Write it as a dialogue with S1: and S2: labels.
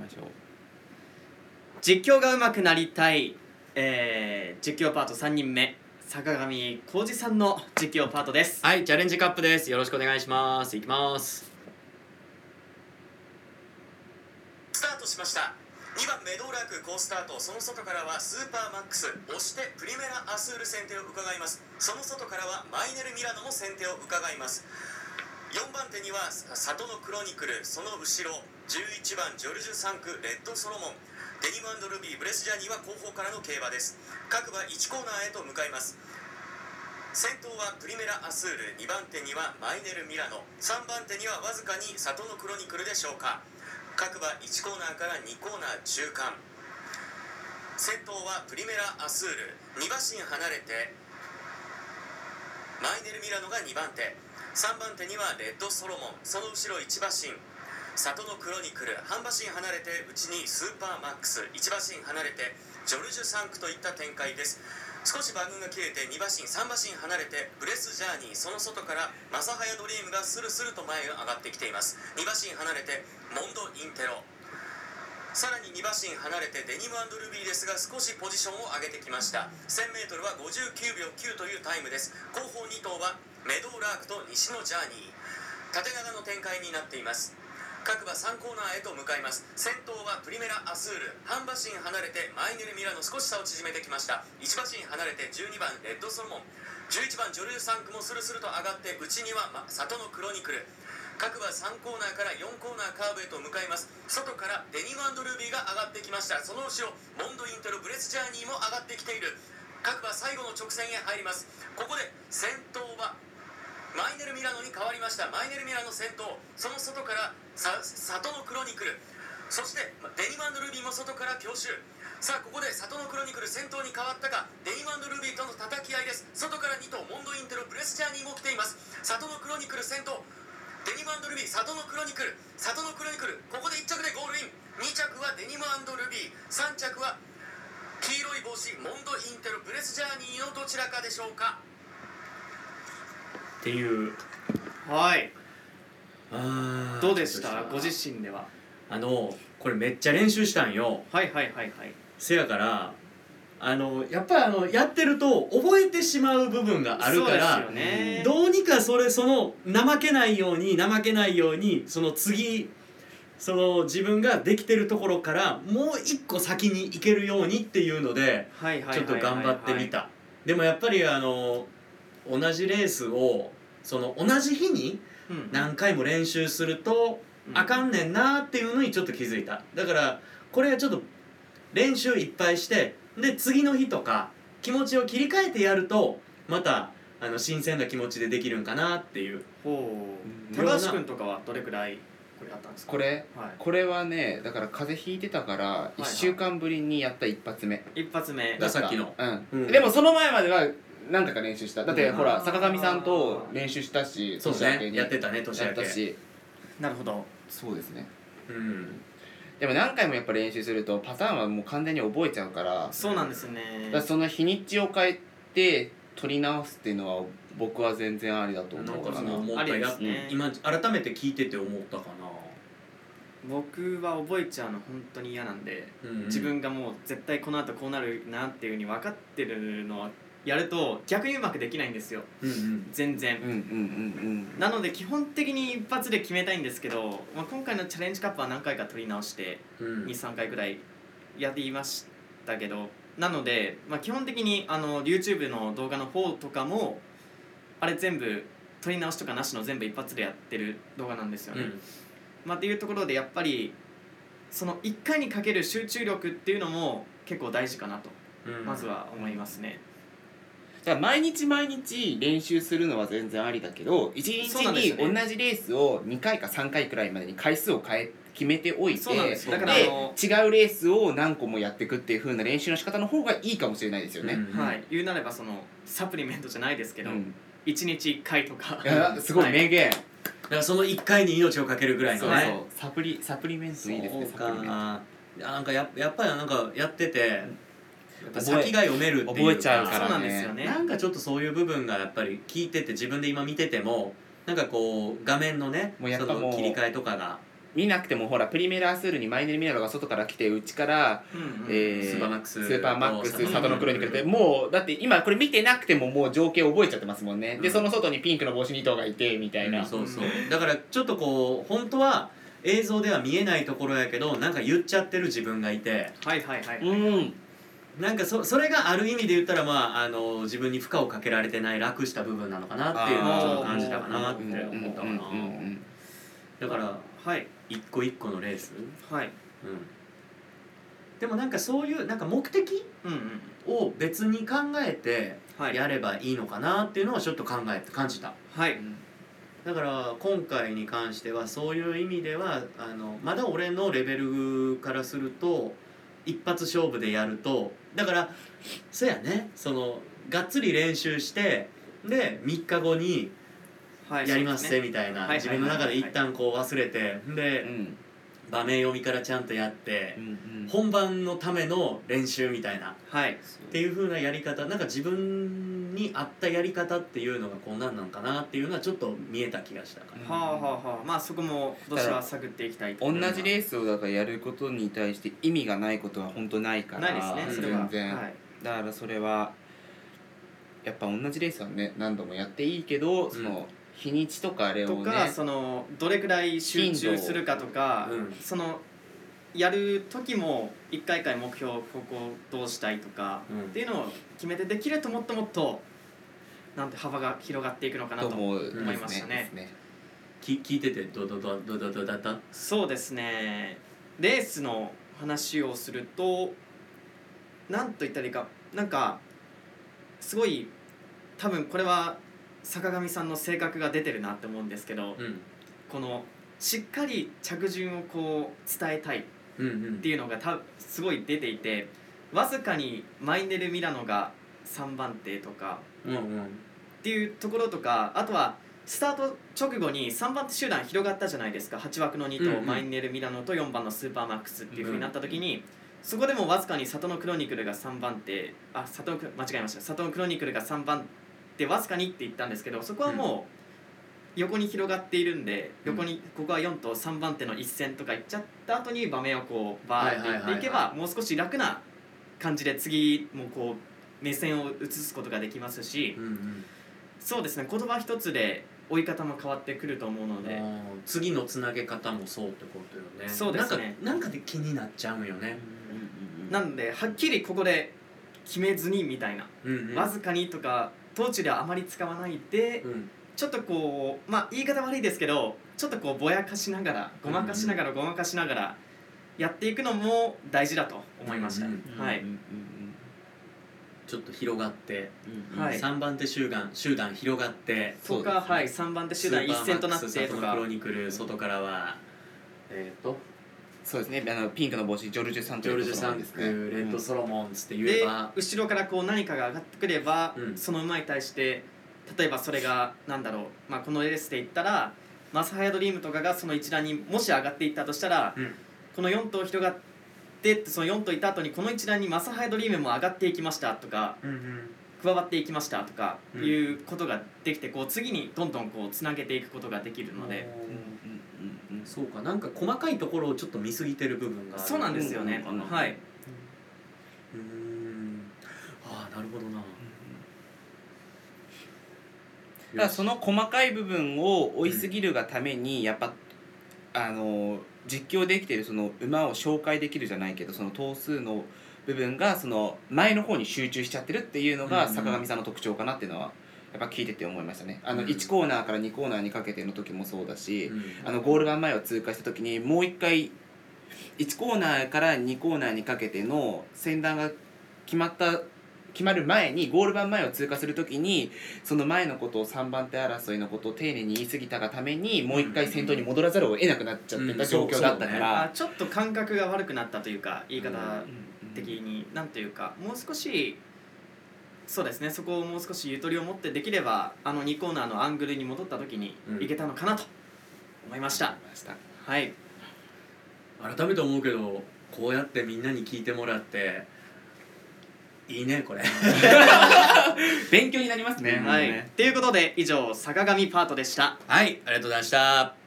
S1: しょう
S2: 実況が上手くなりたい、えー実況パート3人目坂上浩二さんの実況パートです
S1: はいチャレンジカップですよろしくお願いしますいきます
S3: スタートしました2番メドーラーク好スタートその外からはスーパーマックス押してプリメラアスール先手を伺いますその外からはマイネル・ミラノも先手を伺います4番手には里のクロニクルその後ろ11番ジョルジュ・サンクレッド・ソロモンデニムルビーブレスジャーニーは後方からの競馬です各馬1コーナーへと向かいます先頭はプリメラアスール2番手にはマイネル・ミラノ3番手にはわずかに里のクロニクルでしょうか各馬1コーナーから2コーナー中間先頭はプリメラアスール2馬身離れてマイネル・ミラノが2番手3番手にはレッド・ソロモンその後ろ1馬身里のクロニクル半馬身離れて内にスーパーマックス1馬身離れてジョルジュ・サンクといった展開です少し馬群が切れて2馬身3馬身離れてブレスジャーニーその外からマサハヤドリームがスルスルと前へ上がってきています2馬身離れてモンド・インテロさらに2馬身離れてデニムルビーですが少しポジションを上げてきました 1000m は59秒9というタイムです後方2頭はメドーラークと西のジャーニー縦長の展開になっています各馬3コーナーへと向かいます先頭はプリメラアスール半馬身離れてマイネル・ミラノ少し差を縮めてきました1馬身離れて12番レッドソロモン11番ジョルジュ・サンクもスルスルと上がって内にはま里のクロニクル各馬3コーナーから4コーナーカーブへと向かいます外からデニムルビーが上がってきましたその後ろモンドイントロブレスジャーニーも上がってきている各馬最後の直線へ入りますここで先頭はマイネル・ミラノに変わりましたマイネル・ミラノ先頭その外からさ里のクロニクルそしてデニムルビーも外から強襲さあここで里のクロニクル先頭に変わったかデニムルビーとの叩き合いです外から2頭モンドインテロブレスジャーニーも来ています里のクロニクル先頭デニムルビー里のクロニクル里のクロニクルここで1着でゴールイン2着はデニムルビー3着は黄色い帽子モンドインテロブレスジャーニーのどちらかでしょうか
S1: っていう
S2: はい
S1: あー
S2: どうでした
S1: そう
S2: ご自身では
S1: あのこれめっちゃ練習したんよ
S2: はいはいはいはい
S1: せやからあのやっぱりあのやってると覚えてしまう部分があるから
S2: そうですよね
S1: どうにかそれその怠けないように怠けないようにその次その自分ができてるところからもう一個先に行けるようにっていうので
S2: はいはいはいはいはい
S1: ちょっと頑張ってみたでもやっぱりあの同じレースをその同じ日に
S2: うん
S1: 何回も練習すると
S2: うん
S1: あかんねんなっていうのにちょっと気づいただからこれはちょっと練習いっぱいしてで次の日とか気持ちを切り替えてやるとまたあの新鮮な気持ちでできるんかなっていう
S2: ほう
S1: うん
S2: 高橋君とかはどれくらいこれあったんですか
S4: これ
S2: は
S4: これはねだから風邪ひいてたから
S2: いはい
S4: 1週間ぶりにやった一発目、
S2: い一発目
S1: がさっきの
S4: う
S1: うん
S4: ん、でもその前までは何回か練習しただって
S1: うん
S4: ほら坂上さんと練習したし
S1: そう
S4: 年明け
S1: ね
S4: に
S1: やってたね年
S4: や
S1: 明
S4: っ
S1: け
S4: たし
S2: なるほど
S4: そうですね
S1: うん
S4: でも何回もやっぱ練習するとパターンはもう完全に覚えちゃうから
S2: そうなんですね
S4: だからその日にちを変えて取り直すっていうのは僕は全然ありだと
S1: なん
S4: 思う
S1: か
S4: か
S1: そ
S4: な
S1: のもう
S2: あ
S1: 一
S2: り
S1: 回
S2: で
S1: や
S2: すね
S1: 今改めて聞いてて思ったか
S2: 僕は覚えちゃうの本当に嫌なんで、
S1: な、うん
S2: 自分がもう絶対この後こうなるなっていうふうに分かってるのをやると逆にうまくできないんですよ
S1: うんうん
S2: 全
S4: う
S2: 然
S4: んうんうん
S2: なので基本的に一発で決めたいんですけど、まあ、今回のチャレンジカップは何回か取り直して
S1: うん
S2: 23回ぐらいやりましたけどなので、まあ、基本的にあの YouTube の動画の方とかもあれ全部取り直しとかなしの全部一発でやってる動画なんですよ
S1: う
S2: ね。
S1: ん
S2: まあ、っていうところでやっぱりその1回にかける集中力っていうのも結構大事かなと、
S1: うん
S2: まずは思いますね。
S4: だから毎日毎日練習するのは全然ありだけど一日
S2: そうなんです
S4: に
S2: よね
S4: 同じレースを2回か3回くらいまでに回数を変え決めておいて
S2: そうなんですよだから
S4: で
S2: あの
S4: 違うレースを何個もやっていくっていう風な練習の仕方の方がいいかもしれないですよ
S1: う
S4: ね。
S1: ん
S2: はい、言うなればそのサプリメントじゃないですけ
S4: う
S2: ど、
S4: ん
S2: 一1日1回とか
S4: いやすごい名言、
S1: だからその一回に命をかけるぐらい
S4: そ
S1: の
S4: う
S1: ね
S4: そうサプリサプリメントいいですね
S1: そう
S4: サプリメント
S1: かなんかややっぱりなんかやっててやっぱ
S4: 覚え
S1: 先が読めるっていう
S4: 覚えちゃうか
S2: そうな
S4: ら
S2: ん
S4: ね
S2: ですよね
S1: なんかちょっとそういう部分がやっぱり聞いてて自分で今見ててもなんかこう画面のね
S4: もうやっぱ
S1: その
S4: もう
S1: 切り替えとかが
S4: 見なくてもほらプリメラアスールにマイネル・ミラノが外から来てうちから、
S2: うんうん
S4: えー
S1: スーパーマックス
S4: スーパーマック
S1: と
S4: ス
S1: サト
S4: 里
S1: ノ
S4: の
S1: ク
S4: クロニ
S1: ロニ
S4: ク
S1: ク
S4: ルで
S1: ル
S4: もうだって今これ見てなくてももう情景覚えちゃってますもんね、で
S1: うん
S4: その外にピンクの帽子に糸がいてみたいな、
S1: うんそうそう
S2: うん
S1: だからちょっとこう本当は映像では見えないところやけどなんか言っちゃってる自分がいて
S2: はいはいはい、
S4: うん
S1: なんかそそれがある意味で言ったら、まあ、あの自分に負荷をかけられてない楽した部分なのかなっていうのをちょっと感じたかなって思ったかなだから
S2: はい
S1: 一個一個のレース、
S2: はい
S1: うん、でもなんかそういうなんか目的
S2: うんうん
S1: を別に考えて
S2: はい
S1: やればいいのかなっていうのはちょっと考えて感じた
S2: はい
S1: だから今回に関してはそういう意味ではあのまだ俺のレベルからすると一発勝負でやるとだからそやねそのがっつり練習してで3日後に
S2: はい
S1: やります
S2: そう
S1: ぜ
S2: でね
S1: みたいな、
S2: はい
S1: 自分の中で一旦こう忘れて
S4: う
S1: で
S4: ん
S1: 場面読みからちゃんとやって
S4: う、ん
S1: 本番のための練習みたいな
S2: はい
S1: っていう風なやり方なんか自分に合ったやり方っていうのがこんなんなんかなっていうのはちょっと見えた気がしたかな。
S2: はあはあはあまあそこも今年は探っていきたい
S4: 同
S2: と
S4: じレースをだからやることに対して意味がないことは本当ないから
S2: ないですねそれは
S4: 全然、
S2: はい
S4: だからそれはやっぱ同じレースはね何度もやっていいけど、その日にちとかあれを
S2: と
S4: ね
S2: かそのどれくらい集中するかとか、
S1: うん
S2: そのやる時も一回一回目標ここどうしたいとか、
S1: うん
S2: っていうのを決めてできるともっともっとなんて幅が広がっていくのかな
S4: と
S2: と
S4: 思う
S1: 思い
S2: ましたね
S4: ですね
S1: き聞いててどどどどどどだった
S2: そうですねレースの話をするとなんと言ったらいいかなんかすごい多分これは坂上さんの性格が出てるなって思うんですけど
S1: うん
S2: このしっかり着順をこう伝えたいっ
S1: うんうん
S2: ていうのがたすごい出ていてわずかにマイネル・ミラノが3番手とか
S1: うんうん
S2: っていうところとかあとはスタート直後に3番手集団広がったじゃないですか8枠の2と、
S1: うんうん
S2: マイネル・ミラノと4番のスーパーマックスっていうふうになった時に、そこでもわずかに里のクロニクルが3番手あ里のクロ間違えました里のクロニクルが3番手わずかにって言ったんですけどそこはもう横に広がっているんで、
S1: うん
S2: 横にここは4と3番手の一戦とか行っちゃった後に場面をこうバーっていっ
S1: はいは
S2: ていけば、
S1: いはい
S2: もう少し楽な感じで次もこう目線を移すことができますし。
S1: うんうん
S2: そうですね言葉一つで追い方も変わってくると思うので、
S1: あー次のつなげ方もそうってことよね
S2: そうですね
S1: なんかなんかで気になっちゃうんよね、
S2: なんではっきりここで決めずにみたいな、
S1: うんうん、
S2: わずかにとか当地ではあまり使わないで、
S1: うん
S2: ちょっとこうまあ言い方悪いですけどちょっとこうぼやかしながらごまかしながらごまかしながらやっていくのも大事だと思いました、
S1: うんうん
S2: はい、
S1: ちょっと広がって、
S2: はい
S1: 三番手集団集団広がって
S2: と
S4: そうで
S2: か、
S4: すね
S2: はい3番手集団一戦となって
S1: スーパーマックスサ
S2: と
S1: トノクロ
S2: か
S1: ニクル外からはえっ、と
S4: そうですねあのピンクの帽子ジョルジュ・サン
S1: ジ
S4: ト
S1: ョ
S4: リ
S1: ル
S4: ー
S1: ジ
S4: と
S1: ュ・サ
S4: か
S1: ン
S4: です
S1: ク、
S4: ね
S1: レッド・ソロモンズって言え
S2: で
S1: ば、
S2: 後ろからこう何かが上がってくれば、
S1: うん
S2: その馬に対して例えばそれがなんだろう、まあ、このレースで言ったらマサハヤドリームとかがその一覧にもし上がっていったとしたら、
S1: うん
S2: この4頭広がってってその4頭いた後にこの一覧にマサハヤドリームも上がっていきましたとか
S1: うんうん
S2: 加わっていきましたとか
S1: うん
S2: いうことができてこう次にどんどんこうつなげていくことができるので、
S4: うんうんうん
S1: そうかなんか細かいところをちょっと見すぎてる部分がある
S2: そうなんですよね、
S4: うんうんうん
S2: はい、
S1: うーんああなるほどな
S4: だからその細かい部分を追いすぎるがためにやっぱ、あの実況できてるその馬を紹介できるじゃないけどその頭数の部分がその前の方に集中しちゃってるっていうの
S1: う
S4: が
S1: んうん
S4: 坂上さんの特徴かなっていうのはやっぱ聞いてて思いましたね。あの
S1: うん
S4: 1コーナーから2コーナーにかけての時もそうだし、
S1: うん
S4: あのゴール板前を通過した時にもう一回1コーナーから2コーナーにかけての先段が決まった決まる前にゴール板前を通過する時にその前のことを3番手争いのことを丁寧に言い過ぎたがためにもう一回先頭に戻らざるを得なくなっちゃって
S1: うん
S4: た状況だったか
S2: あ
S4: ら。
S2: ちょっと感覚が悪くなったというか言い方、
S1: うん
S2: 的になんというかもう少しそうですねそこをもう少しゆとりを持ってできればあの2コーナーのアングルに戻った時に
S1: うん
S2: いけたのかなと思いました、はい
S1: 改めて思うけどこうやってみんなに聞いてもらっていいねこれ
S4: 勉強になりますね。
S2: はいということで以上坂上パートでした
S1: はいありがとうございました